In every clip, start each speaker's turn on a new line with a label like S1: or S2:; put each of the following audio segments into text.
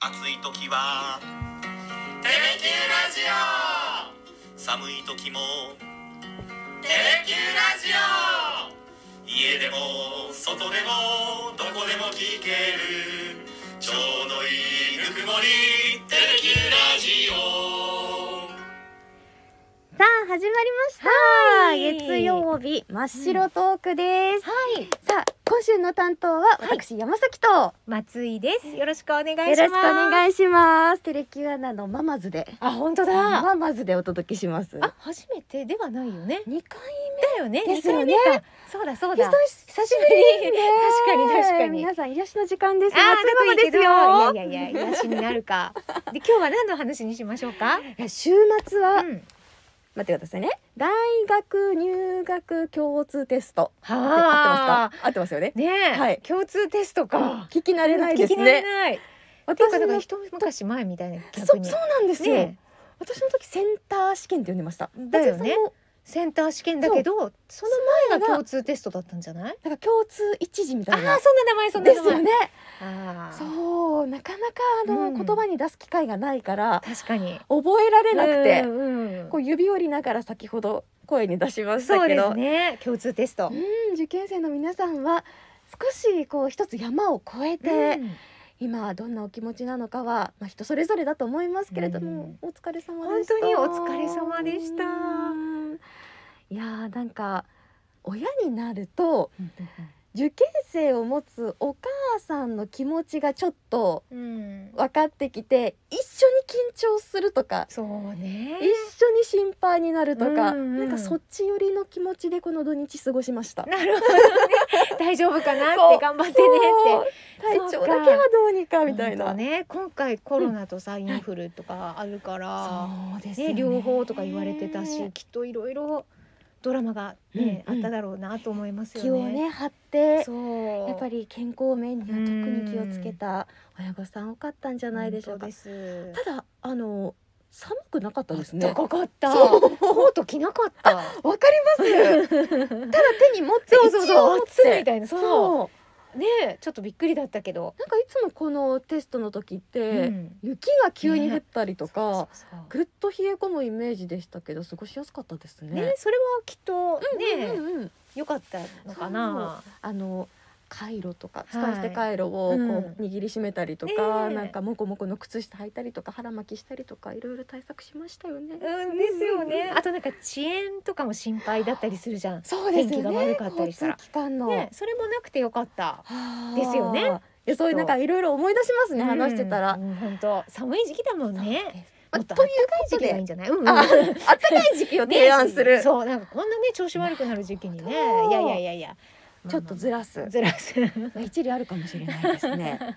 S1: 暑い時は
S2: テレキューラジオ
S1: 寒い時も
S2: テレキューラジオ
S1: 家でも外でもどこでも聞けるちょうどいいぬくもりテレキューラジオ
S3: さあ始まりました、
S4: はい
S3: 月曜日真っ白トークです、
S4: はい、
S3: さあ今週の担当は私、山崎とよ
S4: 松井です。よろしくお願いします。
S3: ろしくお願いしますテレキュアナのママズで
S4: あ、本当だ。
S3: ママズでお届けします
S4: あ、初めてではないよね。
S3: 二回
S4: だよね。
S3: ですよね
S4: 二回目か。そうだそう
S3: 目久
S4: だ
S3: し。久しぶりですね
S4: 確かに確かに
S3: 皆さん癒しの時間です
S4: あー
S3: 松山ですよ
S4: いやいやいや、癒やしになる か。で、今日は何の話にしましょうか。
S3: いや週末は、
S4: うん。
S3: 待ってくださいね大学入学共通テスト
S4: は
S3: 合ってま
S4: あ
S3: す。か合ってますよね
S4: ねえ、
S3: はい
S4: 共通テストか。
S3: 聞き慣れないです
S4: 聞き慣
S3: ね
S4: れない。ていう
S3: 私
S4: か、なんか
S3: の
S4: 一昔前みたいな。
S3: そ
S4: 逆
S3: う
S4: に
S3: そうなんですよ、
S4: ねえ
S3: 私の時センター試験って呼んでました
S4: だよ
S3: 松
S4: ね
S3: 井さんも
S4: センター試験だけど、その前が共通テストだったんじゃない。
S3: なんか共通一時み
S4: あ
S3: た
S4: あー、
S3: い
S4: そんな
S3: な
S4: 名前、そんな
S3: で
S4: 名
S3: すよ
S4: 前。
S3: ね
S4: ああ。
S3: そうなかなかあの、
S4: うん
S3: 言葉に出す機会がないから
S4: 確かに。
S3: 覚えられなくて、
S4: うんうんうん
S3: こう指折りながら先ほど声に出しました
S4: そう
S3: け
S4: で
S3: ど
S4: すね共通テスト
S3: うん受験生の皆さんは少しこう一つ山を越えて、
S4: うん
S3: 今どんなお気持ちなのかは、まあ、人それぞれだと思いますけれども、お疲れ様でした
S4: 本当にお疲れ様でした
S3: うんいやーなんか親になると受験生を持つお母さんの気持ちがちょっと
S4: うん
S3: 分かってきて一緒に緊張するとか
S4: そうね
S3: 一緒に心配になるとか、
S4: うんうん
S3: なんかそっち寄りの気持ちでこの土日過ごしました。
S4: なるほどね大丈夫かなっ
S3: そ
S4: て
S3: う
S4: 頑張ってね
S3: そう
S4: っ
S3: 体調
S4: てそう
S3: だ
S4: か
S3: けはどうにかみたい
S4: 本
S3: な。
S4: 当ね今回コロナとさ、インフルとかあるから、
S3: そうですよ
S4: ね、両方とか言われてたしきっといろいろドラマが、ね
S3: うんうん
S4: あっただろうなと思いますよ
S3: 気
S4: ね
S3: をね張って
S4: そう
S3: やっぱり健康面には特に気をつけた親御さん多かったんじゃないでしょうか
S4: 本当。です
S3: ただあの寒くなかったです
S4: あっ
S3: ね
S4: た。かかった
S3: そう
S4: コート着なかった
S3: わかります。 ただ手に持って
S4: そうそう
S3: 一応
S4: そう
S3: 持っ
S4: 暑いみ
S3: て。
S4: たいなそう
S3: そう。
S4: ねえちょっとびっくりだったけど、
S3: なんかいつもこのテストの時って、
S4: うん
S3: 雪が急に降ったりとか、
S4: そうそう
S3: ぐっと冷え込むイメージでしたけど過ごしやすかったです
S4: ね
S3: ね。
S4: それはきっとねえ
S3: うんうんうん、
S4: 良かったのかな
S3: あのカイロとか
S4: い
S3: 使い捨てカイロをこう
S4: うん
S3: 握りしめたりとか、
S4: ねえ
S3: なんかモコモコの靴下履いたりとか腹巻きしたりとかいろいろ対策しましたよね。
S4: うんです
S3: う
S4: よ
S3: んうん
S4: ね
S3: うん
S4: あとなんか遅延とかも心配だったりするじゃん
S3: そう
S4: ですよね天気が悪かったりしたら
S3: 交通機関の、
S4: ねえそれもなくてよかった
S3: はあ
S4: ですよね
S3: いやそういうなんかいろいろ思い出しますね、話してたら。
S4: うんうん本当寒い時期だもんね
S3: まあ
S4: もっと
S3: と
S4: 暖
S3: い
S4: か
S3: う
S4: い
S3: こ
S4: 時
S3: と
S4: 期が
S3: で
S4: いいん、じゃないうんうん
S3: あ暖かい時期を 提案す
S4: ね
S3: る。
S4: そうなんかこんなね調子悪くなる時期にね
S3: そう
S4: いやいやいやいや
S3: ちょっとずらす。
S4: ずらす
S3: まあ一理あるかもしれないです ね。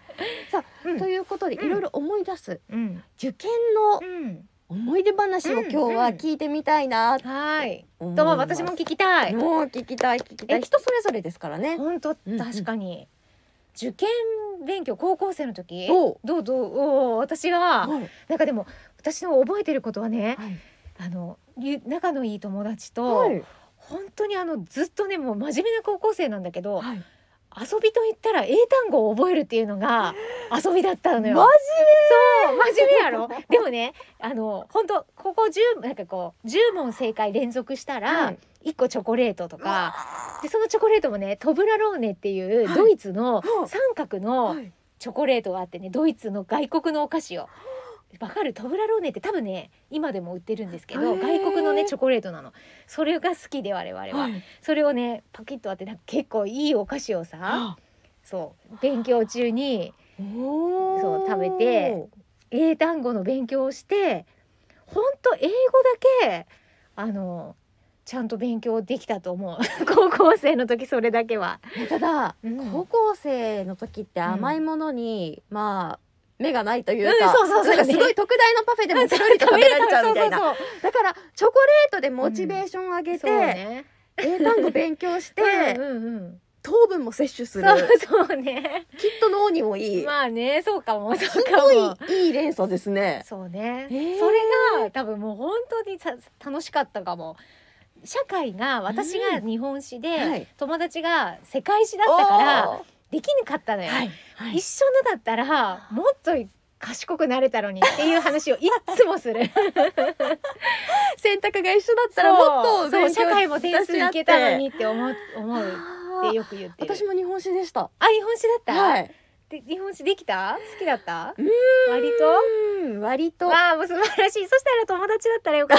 S4: うん
S3: ということでい
S4: うん
S3: ろいろ思い出す
S4: うん
S3: 受験の
S4: うん
S3: 思い出話を今日は聞いてみたいなと
S4: はい
S3: 思い
S4: どうも
S3: ます
S4: 私も聞きたい
S3: もう聞きたい聞きたい
S4: え
S3: 人それぞれですからね。
S4: 本当
S3: うんうん
S4: 確かに、受験勉強高校生の時
S3: おう
S4: どうどうおう私は
S3: はい
S4: なんかでも私の覚えてることはね
S3: はい
S4: あのゆ仲のいい友達と、
S3: はい
S4: 本当にあのずっとねもう真面目な高校生なんだけど
S3: はい
S4: 遊びと言ったら英単語を覚えるっていうのが遊びだったのよ。
S3: マ
S4: そう真面目やろでもねあの本当ここ10なんかこう10問正解連続した
S3: は
S4: ら
S3: い
S4: 1個チョコレートと
S3: うわ
S4: か、でそのチョコレートもねトブラローネっていう
S3: はい
S4: ドイツの
S3: はあ
S4: 三角
S3: は
S4: の
S3: い
S4: チョコレートがあってねドイツの外国のお菓子をわかるトブラローネって多分ね今でも売ってるんですけ
S3: へ
S4: ど
S3: ー
S4: 外国のねチョコレートなのそれが好きで我々は、
S3: はい
S4: それをねパキッとあってなんか結構いいお菓子をさ
S3: あ
S4: そう勉強中に
S3: おー
S4: そう食べて英単語の勉強をしてほんと英語だけあのちゃんと勉強できたと思う 高校生の時それだけは。
S3: ただ
S4: うん
S3: 高校生の時って甘いものにまあ目がないという
S4: う
S3: か
S4: んそうそうそう
S3: なんかすごい特大のパフェでもペロリと食べられちゃうみたいな
S4: そうそ
S3: だ
S4: う
S3: からチョコレートでモチベーションを上
S4: そう
S3: げて
S4: そうね
S3: 英単語勉強して
S4: うんうんうん
S3: 糖分も摂取する
S4: そうそうね
S3: きっと脳にもいい
S4: まあねそうかもそう
S3: すご
S4: かも
S3: いいい連鎖ですね。
S4: そうね、
S3: へー
S4: それが多分もう本当にさ楽しかったかも社会が私が日本史で、
S3: はい
S4: 友達が世界史だったから
S3: おー
S4: できなかったのよ、
S3: はい、は
S4: 一緒のだったらもっと賢くなれたのにっていう話をいっつも する
S3: 選択が一緒だったらもっと
S4: そう
S3: 勉強
S4: 社会も点数いけたのに
S3: 出し
S4: って思う思う
S3: 合っ
S4: って
S3: て
S4: よく言ってる
S3: 私も日本史でした
S4: あ日本史だった、
S3: はい
S4: で日本史できた好きだった
S3: うー
S4: 割
S3: うん割と
S4: とわあもう素晴らしいそしたら友達だったらよかっ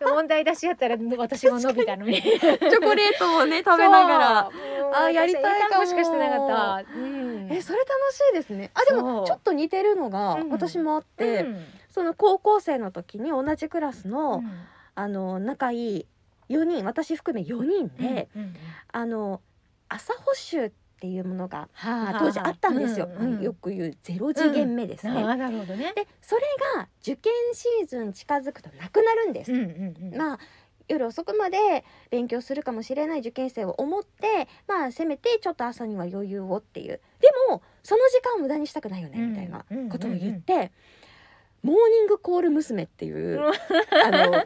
S4: た な問題出し合ったら私も伸びたの
S3: チ
S4: に
S3: ョコレートを ね食べながら
S4: そう
S3: あーやりたいかも
S4: 私英単語しかしてなかった、うん
S3: えそれ楽しいですねあで
S4: そ
S3: も
S4: う
S3: ちょっと似てるのが
S4: うん
S3: 私もあって、
S4: うん
S3: その高校生の時に同じクラスの、
S4: うん
S3: あの仲いい4人私含め4人で、
S4: うんうん
S3: あの朝補習っていうものが、まあ
S4: は
S3: 当時あったんですよ、
S4: うんうん
S3: はいよく言うゼロ次元目ですね、
S4: ああなるほどね。
S3: でそれが受験シーズン近づくとなくなるんです、
S4: うんうんうん。
S3: まあ夜遅くまで勉強するかもしれない受験生を思ってまあせめてちょっと朝には余裕をっていうでもその時間を無駄にしたくないよね
S4: うん
S3: みたいなことを言って、モーニングコール娘っていううんあの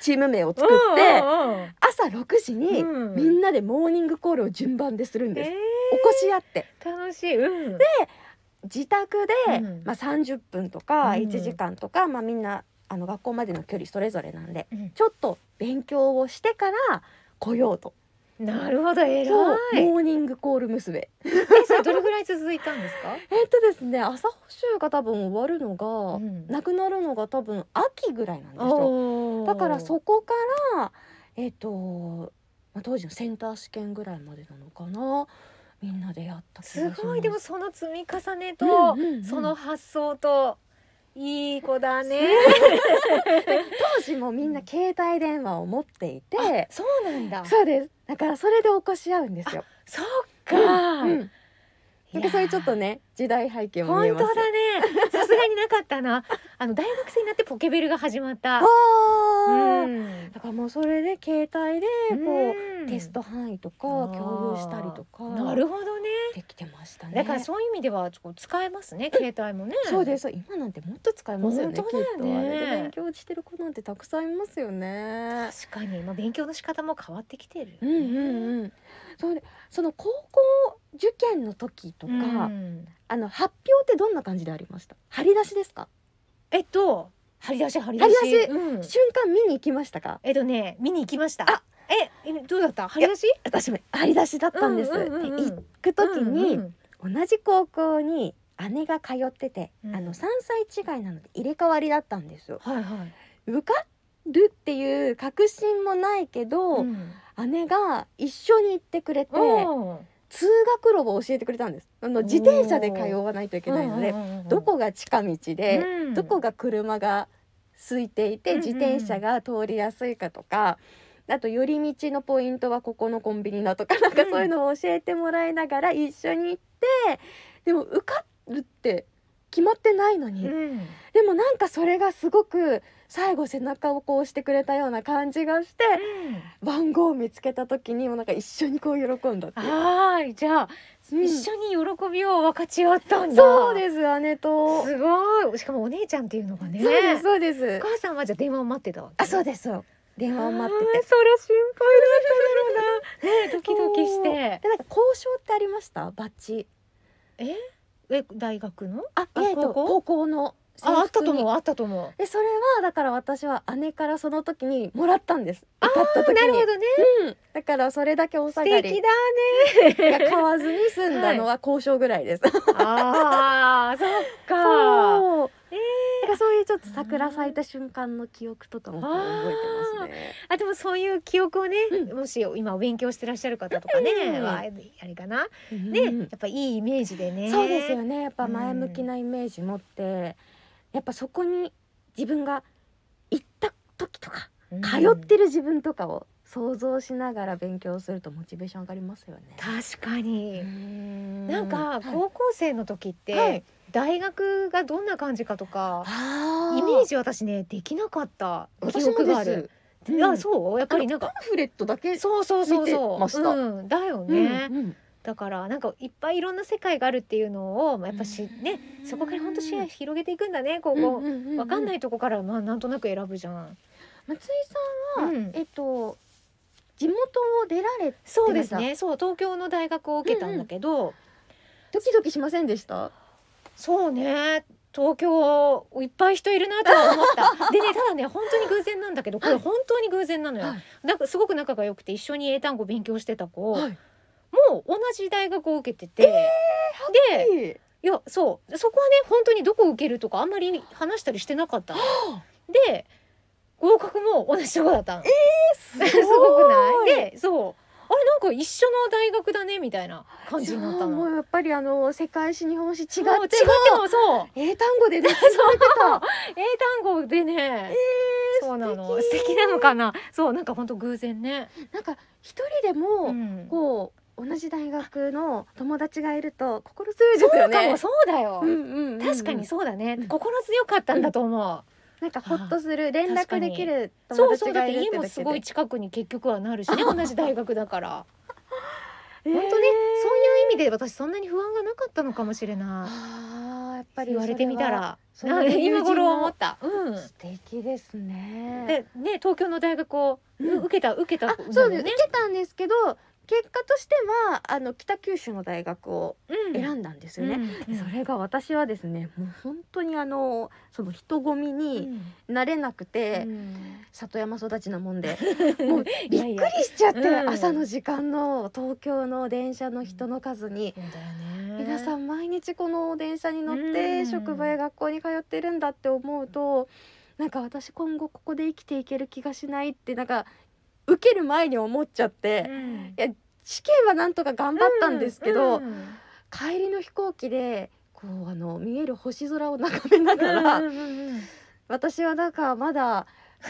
S3: チーム名を作って朝6時に
S4: うん
S3: みんなでモーニングコールを順番でするんです、
S4: え
S3: 起こし合って
S4: ー楽しい。うん、
S3: 自宅で、
S4: うん
S3: まあ、30分とか
S4: うん
S3: 1時間とか、まあ、みんなあの学校までの距離それぞれなんで
S4: うん
S3: ちょっと勉強をしてから来ようと
S4: なるほど偉い。
S3: そうモーニングコール娘
S4: えそれどれぐらい続いたんですか？
S3: えっとですね朝補習が多分終わるのが、
S4: ん
S3: なくなるのが多分秋ぐらいなんですよ
S4: おー
S3: だからそこからえっ、と、まあ、当時のセンター試験ぐらいまでなのかなみんなでやった気がし
S4: す
S3: ます
S4: ごいでもその積み重ねと、
S3: うんうんうん
S4: その発想といい子だね。
S3: 当時もみんな携帯電話を持っていて
S4: そうなんだ
S3: そうですだからそれで起こし合うんですよ、
S4: そっか。
S3: うんなんかそういうちょっとね時代背景も見え
S4: 本
S3: ます
S4: 当だね。さすがになかったな。あの大学生になってポケベルが始まった。
S3: あー
S4: ん
S3: だからもうそれで携帯でこう、テスト範囲とか
S4: あー
S3: 共有したりとか
S4: うんなるほどね。
S3: できてましたね
S4: だからそういう意味ではちょっと使えますね携帯もね。
S3: そうです今なんてもっと使えますよね
S4: 本当だよ
S3: き
S4: ね
S3: っとあれで勉強してる子なんてたくさんいますよね
S4: 確かにまあ勉強の仕方も変わってきてる。
S3: うんうんうんそうでその高校受験の時とか、
S4: うん
S3: あの発表ってどんな感じでありました張り出しですか
S4: えっと張り出し張り出し。
S3: 張り出し
S4: うん
S3: 瞬間見に行きましたか
S4: えっとね見に行きました。
S3: あ
S4: ええどうだった張り出し？
S3: 私も張り出しだったんです、
S4: うううんうん
S3: で行く時に、
S4: うん
S3: 同じ高校に姉が通ってて、
S4: うん
S3: あの3歳違いなので入れ替わりだったんですよ
S4: はいはい。
S3: 受かるっていう確信もないけど、
S4: ん
S3: 姉が一緒に行ってくれて
S4: おー
S3: 通学路を教えてくれたんですあの自転車で通わないといけないので、
S4: うんうんうんうん
S3: どこが近道で、
S4: うん
S3: どこが車が空いていて
S4: うんうん
S3: 自転車が通りやすいかとか、あと寄り道のポイントはここのコンビニだとかなんかそういうのを教えてもらいながら一緒に行ってでも受かるって決まってないのに、
S4: うん
S3: でもなんかそれがすごく最後背中をこう押してくれたような感じがして、番号を見つけた時にもなんか一緒にこう喜んだっていう
S4: ああじゃあ、
S3: うん
S4: 一緒に喜びを分かち合ったんだ
S3: そうです姉と、
S4: すごいしかもお姉ちゃんっていうのがね
S3: そうですそうで
S4: お
S3: す
S4: 母さんはじゃあ電話を待ってたわけ
S3: あそうですそう電話を待
S4: あ
S3: って
S4: ー
S3: て
S4: そり ゃ心配だっただろうなねえドキドキして
S3: でなんか交渉ってありましたバッジ
S4: え大学の
S3: あ
S4: あ
S3: えっと
S4: 高校
S3: 高校の制服に
S4: ああったと思うあったと思う
S3: でそれはだから私は姉からその時にもらったんです受かった時に
S4: なるほどね
S3: うん、だからそれだけお
S4: 素
S3: 下が
S4: 敵
S3: り
S4: だ
S3: が買わずに済んだのは交渉ぐらいです、
S4: ああそっか
S3: そう
S4: え
S3: だからそういうちょっと桜咲いた瞬間の記憶とかもこう覚えてますね
S4: あでもそういう記憶をね、
S3: う
S4: もし今お勉強してらっしゃる方とかね、
S3: うん
S4: はあれかな
S3: うん
S4: ね、やっぱいいイメージでね
S3: そうですよねやっぱ前向きなイメージ持って、やっぱそこに自分が行った時とか
S4: うん
S3: 通ってる自分とかを想像しながら勉強するとモチベーション上がりますよね。
S4: 確かに、
S3: な
S4: なんか高校生の時って、
S3: はい
S4: 大学がどんな感じかとかイ
S3: イ
S4: メージ私ねできなかった記憶がある。
S3: 私もです
S4: あ
S3: うん
S4: そうやっぱりなんか
S3: パンフレットだけ
S4: そうそうそう
S3: 見てま
S4: そ
S3: した
S4: う、うん、だよ
S3: うん
S4: ね、
S3: うん
S4: だからなんかいっぱいいろんな世界があるっていうのをまあやっぱしねそこから本当視野広げていくんだねここ、
S3: うんうんうんうん
S4: わかんないとこからまあなんとなく選ぶじゃん。
S3: 松井さんは、
S4: うん
S3: えっと地元を出られ
S4: そうですねそう東京の大学を受けたんだけど、
S3: ドキドキしませんでした
S4: そうね東京いっぱい人いるなとは思った。でねただね本当に偶然なんだけどこれ本当に偶然なのよ。
S3: はい
S4: なんかすごく仲が良くて一緒に英単語勉強してた子、
S3: はい
S4: もう同じ大学を受けてて、で
S3: いい
S4: いやそうそこはね本当にどこ受けるとかあんまり話したりしてなかったの
S3: あ
S4: で合格も同じとこだったの
S3: す
S4: す
S3: ご
S4: ご
S3: い
S4: くないで そうあれなんか一緒の大学だねみたいな感じになった
S3: じゃあも
S4: の
S3: うやっぱりあの世界史日本史違っ
S4: そ
S3: 違う
S4: う違っても そう
S3: 英単語でね そうた
S4: 英単語でね、そうなの素
S3: 素
S4: 敵なのかなそうなんか本当偶然ね、
S3: なんか一人で
S4: う
S3: も
S4: ん
S3: こう同じ大学の友達がいると心強いです
S4: そう
S3: よ
S4: か
S3: ね
S4: もそうだよ、
S3: うんうんうん
S4: 確かにそうだね、
S3: うん
S4: 心強かったんだと思
S3: なんかほっとする連
S4: 確か
S3: 絡
S4: に
S3: できる
S4: う、そ
S3: 友
S4: うそ
S3: 達
S4: うだっ
S3: が
S4: て
S3: いるって
S4: 家も
S3: だ
S4: す
S3: け
S4: ご
S3: で
S4: い近くに結局はなるしね同じ大学だ から
S3: 本
S4: 本当ねそういう意味で私そんなに不安がなかったのかもしれない
S3: あーやっぱり
S4: 言われてみたら
S3: それは
S4: な
S3: それは
S4: 今頃思った、うん
S3: 友人の素敵ですね
S4: でね東京の大学をう
S3: うん
S4: 受けた受けた
S3: あ
S4: んだよね
S3: そうです受けたんですけど結果としてはあの北九州の大学を
S4: うん
S3: 選んだんですよね、
S4: うん
S3: それが私はですねもう本当にあのその人混みになれなくて、
S4: うん
S3: 里山育ちなもん で
S4: うん
S3: もうびっく
S4: いやい
S3: り
S4: や
S3: しちゃって
S4: うん
S3: 朝の時間の東京の電車の人の数に、
S4: そうだよね
S3: 皆さん毎日この電車に乗っ
S4: う
S3: て
S4: ん
S3: 職場や学校に通ってるんだって思うとなんか私今後ここで生きていける気がしないってなんか受ける前に思っちゃって。
S4: うん
S3: 試験はなんとか頑張ったんですけど、
S4: うん
S3: 帰りの飛行機でこうあの見える星空を眺めながら、
S4: うんうんうんうん
S3: 私はなんかまだ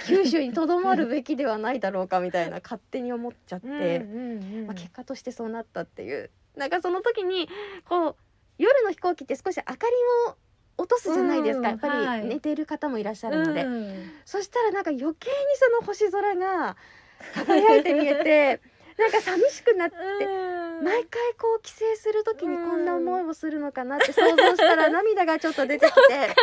S3: 九州にとどまるべきではないだろうかみたいな勝手に思っちゃって、
S4: うんうんうん
S3: まあ、結果としてそうなったっていうなんかその時にこう夜の飛行機って少し明かりも落とすじゃないですか、
S4: うん
S3: やっぱ
S4: はい
S3: り寝てる方もいらっしゃるので、
S4: うん
S3: そしたらなんか余計にその星空が輝いて見えてなんか寂しくなって
S4: うん
S3: 毎回こう帰省するときにこんな思いをするのかなって想像したら涙がちょっと出てきてそれを察し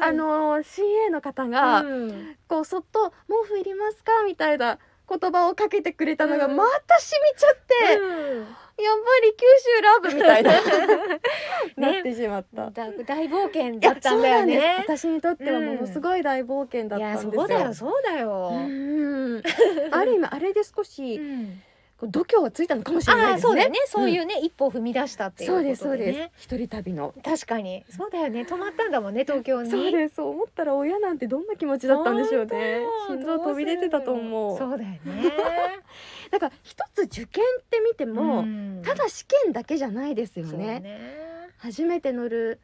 S3: たあの CA の方が
S4: うん
S3: こうそっと「毛布いりますか?」みたいな言葉をかけてくれたのが
S4: うん
S3: またしみちゃって、
S4: うん
S3: やっぱり九州ラブみたいなな
S4: ね
S3: ってしまった。
S4: だ大冒険
S3: いや
S4: だったんだ
S3: そう
S4: よ
S3: なん
S4: ね
S3: です私にとってはものすごい大冒険だったんですよ。
S4: そうだよそうだよ、
S3: うんあ る意味あれで少し
S4: うん
S3: こう度胸はついたのかもしれない
S4: ああ
S3: で
S4: そ
S3: す
S4: うだ
S3: ね
S4: よ。ね、そういうね、一歩踏み出したっていうことでね
S3: そうですそうです一人旅の
S4: 確かにそうだよね止まったんだもんね東京に
S3: そうですそう思ったら親なんてどんな気持ちだったんでしょうね
S4: 本
S3: 心
S4: 当
S3: 臓飛び出てたと思う
S4: そうだよね
S3: だから一つ受験って見て も、
S4: ん
S3: ただ試験だけじゃないですよ
S4: そう
S3: ね初めて乗る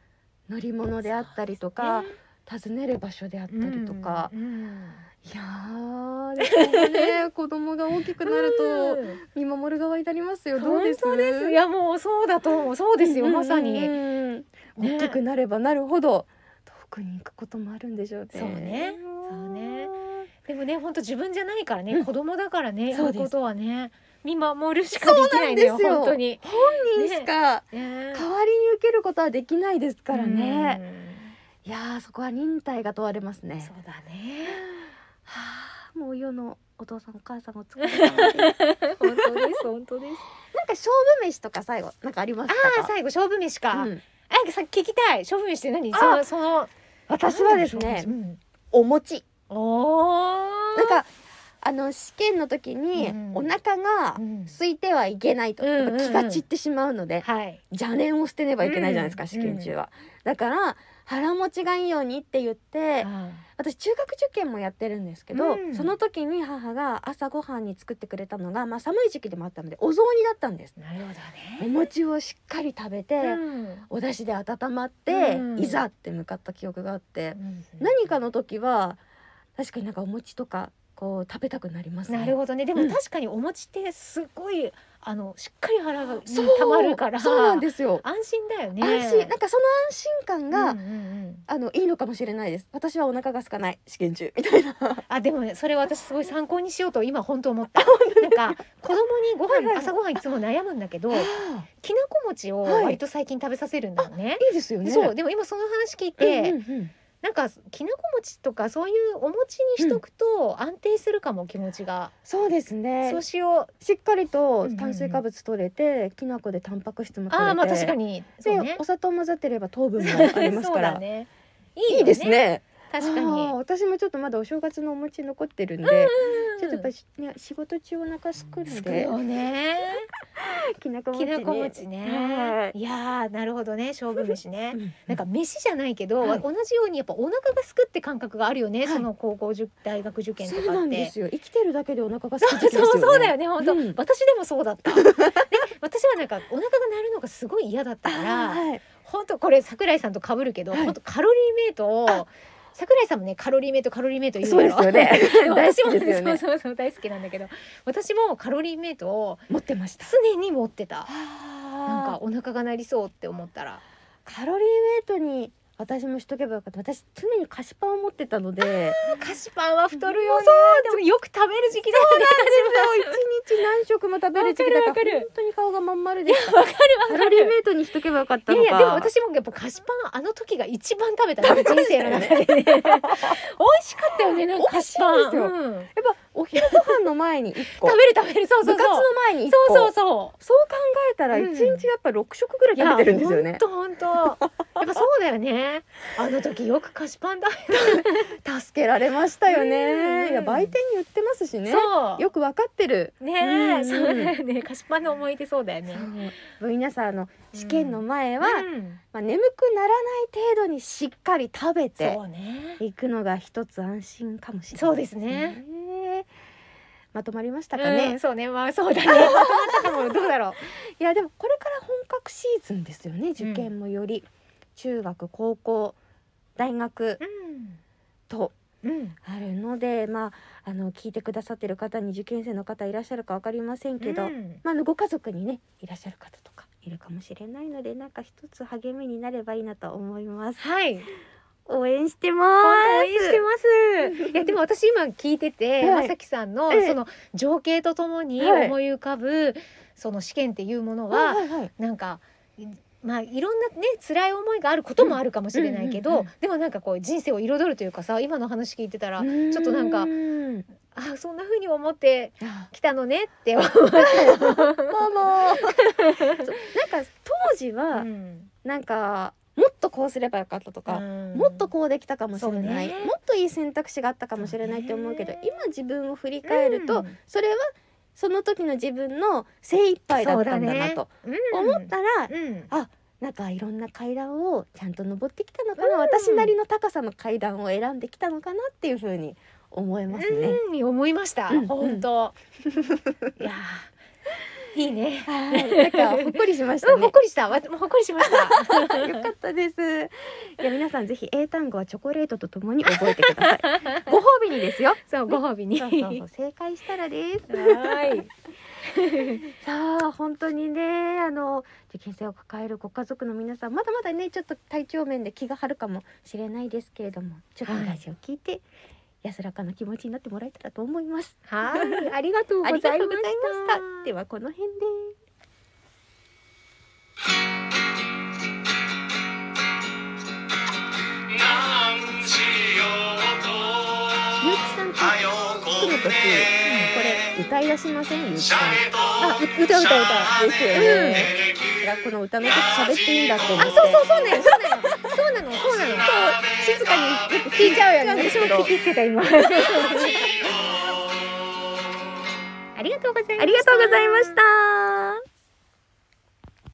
S3: 乗り物であったりとか、
S4: ね
S3: 訪ねる場所であったりとか、
S4: うんうん
S3: いやーでも ね子供が大きくなると
S4: うん
S3: 見守る側になりますよどう
S4: 本
S3: です
S4: 当ですいやもうそうだと思うそうですよまさに、
S3: うんうんうん
S4: ね
S3: 大きくなればなるほど遠くに行くこともあるんでしょうね
S4: そうねそうね
S3: ん
S4: でもね本当自分じゃないからね、
S3: うん
S4: 子供だからねや
S3: そう
S4: る
S3: です
S4: ことはね見守るしかできないんだよ
S3: そうなんですよ
S4: 本当に、
S3: 本人しか
S4: ね
S3: 代わりに受けることはできないですからね、いやーそこは忍耐が問われます
S4: うん
S3: ね
S4: そうだね
S3: はあもう世のお父さんお母さんお疲れ様ですなんか
S4: 本当です本当です
S3: 勝負飯とか最後なんかありますか
S4: あ最後勝負飯か、
S3: う
S4: あ
S3: ん
S4: さ聞きたい勝負飯って何
S3: あ
S4: そのその
S3: 私はですね
S4: 勝負飯うん
S3: お餅
S4: おー
S3: なんかあの試験の時に
S4: うん
S3: お腹が
S4: うん
S3: 空いてはいけないと、
S4: うん
S3: やっぱ気が散ってしまうので、
S4: はい
S3: 邪念を捨てねばいけないじゃないですか、
S4: うん
S3: 試験中は、だから腹持ちがいいようにって言って、
S4: あ
S3: 私中学受験もやってるんですけど、
S4: うん
S3: その時に母が朝ごはんに作ってくれたのが、まあ、寒い時期でもあったのでお雑煮だったんです
S4: なるほど
S3: お
S4: ね
S3: 餅をしっかり食べて、
S4: うん
S3: お出汁で温まって、
S4: うん
S3: いざって向かった記憶があって、
S4: うん
S3: 何かの時は確かになんかお餅とかこう食べたくなりますね
S4: なるほどねで
S3: う
S4: も
S3: ん
S4: 確かにお餅ってすごいあのしっかり腹がに
S3: そう
S4: 溜まるから
S3: そうなんですよ、
S4: 安心だよね
S3: 安心なんかその安心感が、
S4: うんうんうん
S3: あのいいのかもしれないです。私はお腹が空かない試験中みたいな。
S4: あでもねそれ私すごい参考にしようと今本当思ったなんか子供にご
S3: はいはい
S4: 飯朝ごはんいつも悩むんだけど
S3: い
S4: きなこ餅を割と最近食べささせるんだよね、
S3: いですよね。
S4: そうでも今その話聞いて、
S3: うんうんうん
S4: なんかきなこ餅とかそういうお餅にしとくと安定するかも、気持ちが。
S3: そうですね
S4: そうしよう。
S3: しっかり
S4: うん
S3: と
S4: うんうん
S3: 炭水化物取れてきな粉でタンパク質も取れて
S4: ああまあ確かに。そう
S3: で、
S4: ね
S3: お。砂糖混ざってれば糖分もあります
S4: そ
S3: か
S4: うだ
S3: ら、
S4: ね。
S3: いいです。ね
S4: 確か
S3: あ
S4: に
S3: ー。私もちょっとまだお正月のお餅残ってるんで、ちょっとやっぱりし、ね、仕事中お腹すく
S4: つ
S3: ん
S4: く
S3: で
S4: よね。
S3: きなこ
S4: き
S3: 餅
S4: な
S3: に
S4: こ餅ね
S3: は。い
S4: いやーなるほどね勝負飯ね。
S3: な
S4: なんん
S3: か
S4: か飯じゃないけど、
S3: はい
S4: 同じようにやっぱお腹がすくって感覚があるよね、
S3: はい
S4: その高校受大学受験と
S3: そう
S4: か
S3: な
S4: っ
S3: んで
S4: て。
S3: すよ生きてるだけでお腹がす
S4: そ
S3: く時
S4: う
S3: 期ですよね
S4: そうそうだよね本当、
S3: うん
S4: 私でもそう だった。で私はなんかお腹が鳴るのがすごい嫌だった
S3: あ
S4: か
S3: ー
S4: ら
S3: はい
S4: 本当これ桜井さんと被るけど、
S3: はい
S4: 本当カロリーメイト
S3: あ
S4: を桜井さんもねカロリーメイトカロリーメイト言う
S3: そうですよね
S4: でも
S3: 大
S4: 私
S3: 好
S4: も
S3: きですよね
S4: そうそうそう大好きなんだけど私もカロリーメイトを
S3: 持ってました
S4: 常に持ってたなん
S3: な
S4: かお腹が鳴りそうって思ったら
S3: カロリーメイトに私もしとけばよかった私常に菓子パンを持ってたので
S4: 菓子パンは太るよねでもよく食べる時期だよね
S3: 一日何食も食べる時期だ
S4: わ
S3: か
S4: からるわ
S3: 本
S4: かる
S3: 当に顔がまん丸でした
S4: わか
S3: カ
S4: る
S3: ロリーメイトにしとけばよかった
S4: い
S3: の
S4: や
S3: か
S4: いやでも私もやっぱ菓子パンあの時が一番食べたね人生の中でね 美味しかったよねなんか菓子
S3: 美味しいで
S4: パン、
S3: すよ
S4: うん
S3: やっぱお昼ご飯の前に1個
S4: 食べる食べるそうそうそう
S3: 部活の前に1個
S4: そうそうそう
S3: そう考えたら
S4: うん
S3: 一日やっぱ六食ぐらい 食べてるんですよね。
S4: 本当本当。やっぱそうだよね。あの時よく菓子パンだ。
S3: 助けられましたよ
S4: うんうん
S3: ね。いや売店に売ってますしね。
S4: そう。
S3: よくわかってる。
S4: ね
S3: う
S4: え、
S3: ん
S4: そうだよね。菓子パンの思い出そうだよね。
S3: もう皆さんあの試験の前は、
S4: うん
S3: まあ、眠くならない程度にしっかり食べて
S4: そうね。
S3: いくのが一つ安心かもしれない。
S4: そうですね。
S3: ねまとまりましたか
S4: う
S3: ね
S4: ん。そうね。まあそ うだね。まとまったかもどうだろ
S3: いやでもこれから本格シーズンですよね。受験もより、中学高校大学
S4: う。
S3: と
S4: うん。うん。
S3: あるので、まあ、あの聞いてくださってる方に受験生の方いらっしゃるか分かりませんけど、
S4: うん
S3: まあ、あのご家族にねいらっしゃる方とかいるかもしれないのでなんか一つ励みになればいいなと思います。
S4: はい。
S3: 応援してま
S4: 本当応援して
S3: す
S4: ます。いやでも私今聞いてて、
S3: はい
S4: まさきさんの
S3: ええ
S4: その情景とともに
S3: はい
S4: 思い浮かぶその試験っていうもの
S3: は
S4: は
S3: いはいはい
S4: なんかいまあいろんなね辛い思いがあることもあるかもしれないけど、
S3: うんうんうんうん
S4: でもなんかこう人生を彩るというかさ今の話聞いてたら、ちょっとなんか
S3: うーん
S4: あそんな風に思って
S3: あ
S4: きたのねって思う、
S3: ママ そうなんか当時は、
S4: ん
S3: なんかもっとこうすればよかったとか、もっとこうできたかもしれない、
S4: そうね
S3: もっといい選択肢があったかもしれないって思うけど
S4: そうね
S3: 今自分を振り返ると、
S4: うん
S3: それはその時の自分の精一杯だったんだなと思ったら、
S4: うんうん
S3: なんかいろんな階段をちゃんと登ってきたのかな、私なりの高さの階段を選んできたのかなっていうふうに思いますね。
S4: うん思いました、
S3: うん
S4: 本当いやーいいね
S3: はいなんかほっこりしました
S4: うん、ほっ
S3: ね。
S4: こりしたわもうほっこりしました
S3: よかったです。いや皆さんぜひ英単語はチョコレートとともに覚えてくださ い。ご褒美にですよ。
S4: そうご褒美 に
S3: そうそうそう正解したらです。
S4: はい
S3: さあ本当にねあの受験生を抱えるご家族の皆さんまだまだねちょっと体調面で気が張るかもしれないですけれどもちょっとラジオ聞いて、安らかな気持ちになってもらえたらと思います。
S4: はいありがとうございました
S3: ありがとうございました。ではこの辺で。
S1: なんしようと
S3: ゆうきさんと
S1: はよ
S3: 来
S1: こ
S3: る時、こ
S1: ね
S3: れ歌い出しませんゆうき
S1: シ
S3: さん。
S1: ャレと
S3: あう歌歌歌ですよ
S1: うん
S3: ね。だからこの歌の曲喋っていいんだと思っ
S1: あ
S3: て。
S1: そうそう
S4: そうなのそうなのそうなのそうなの静かによく聞いちゃうよね私
S3: 聞いちゃうんですけど
S4: も聞き入ってた 今ありがとうございました
S3: ありがとうございました。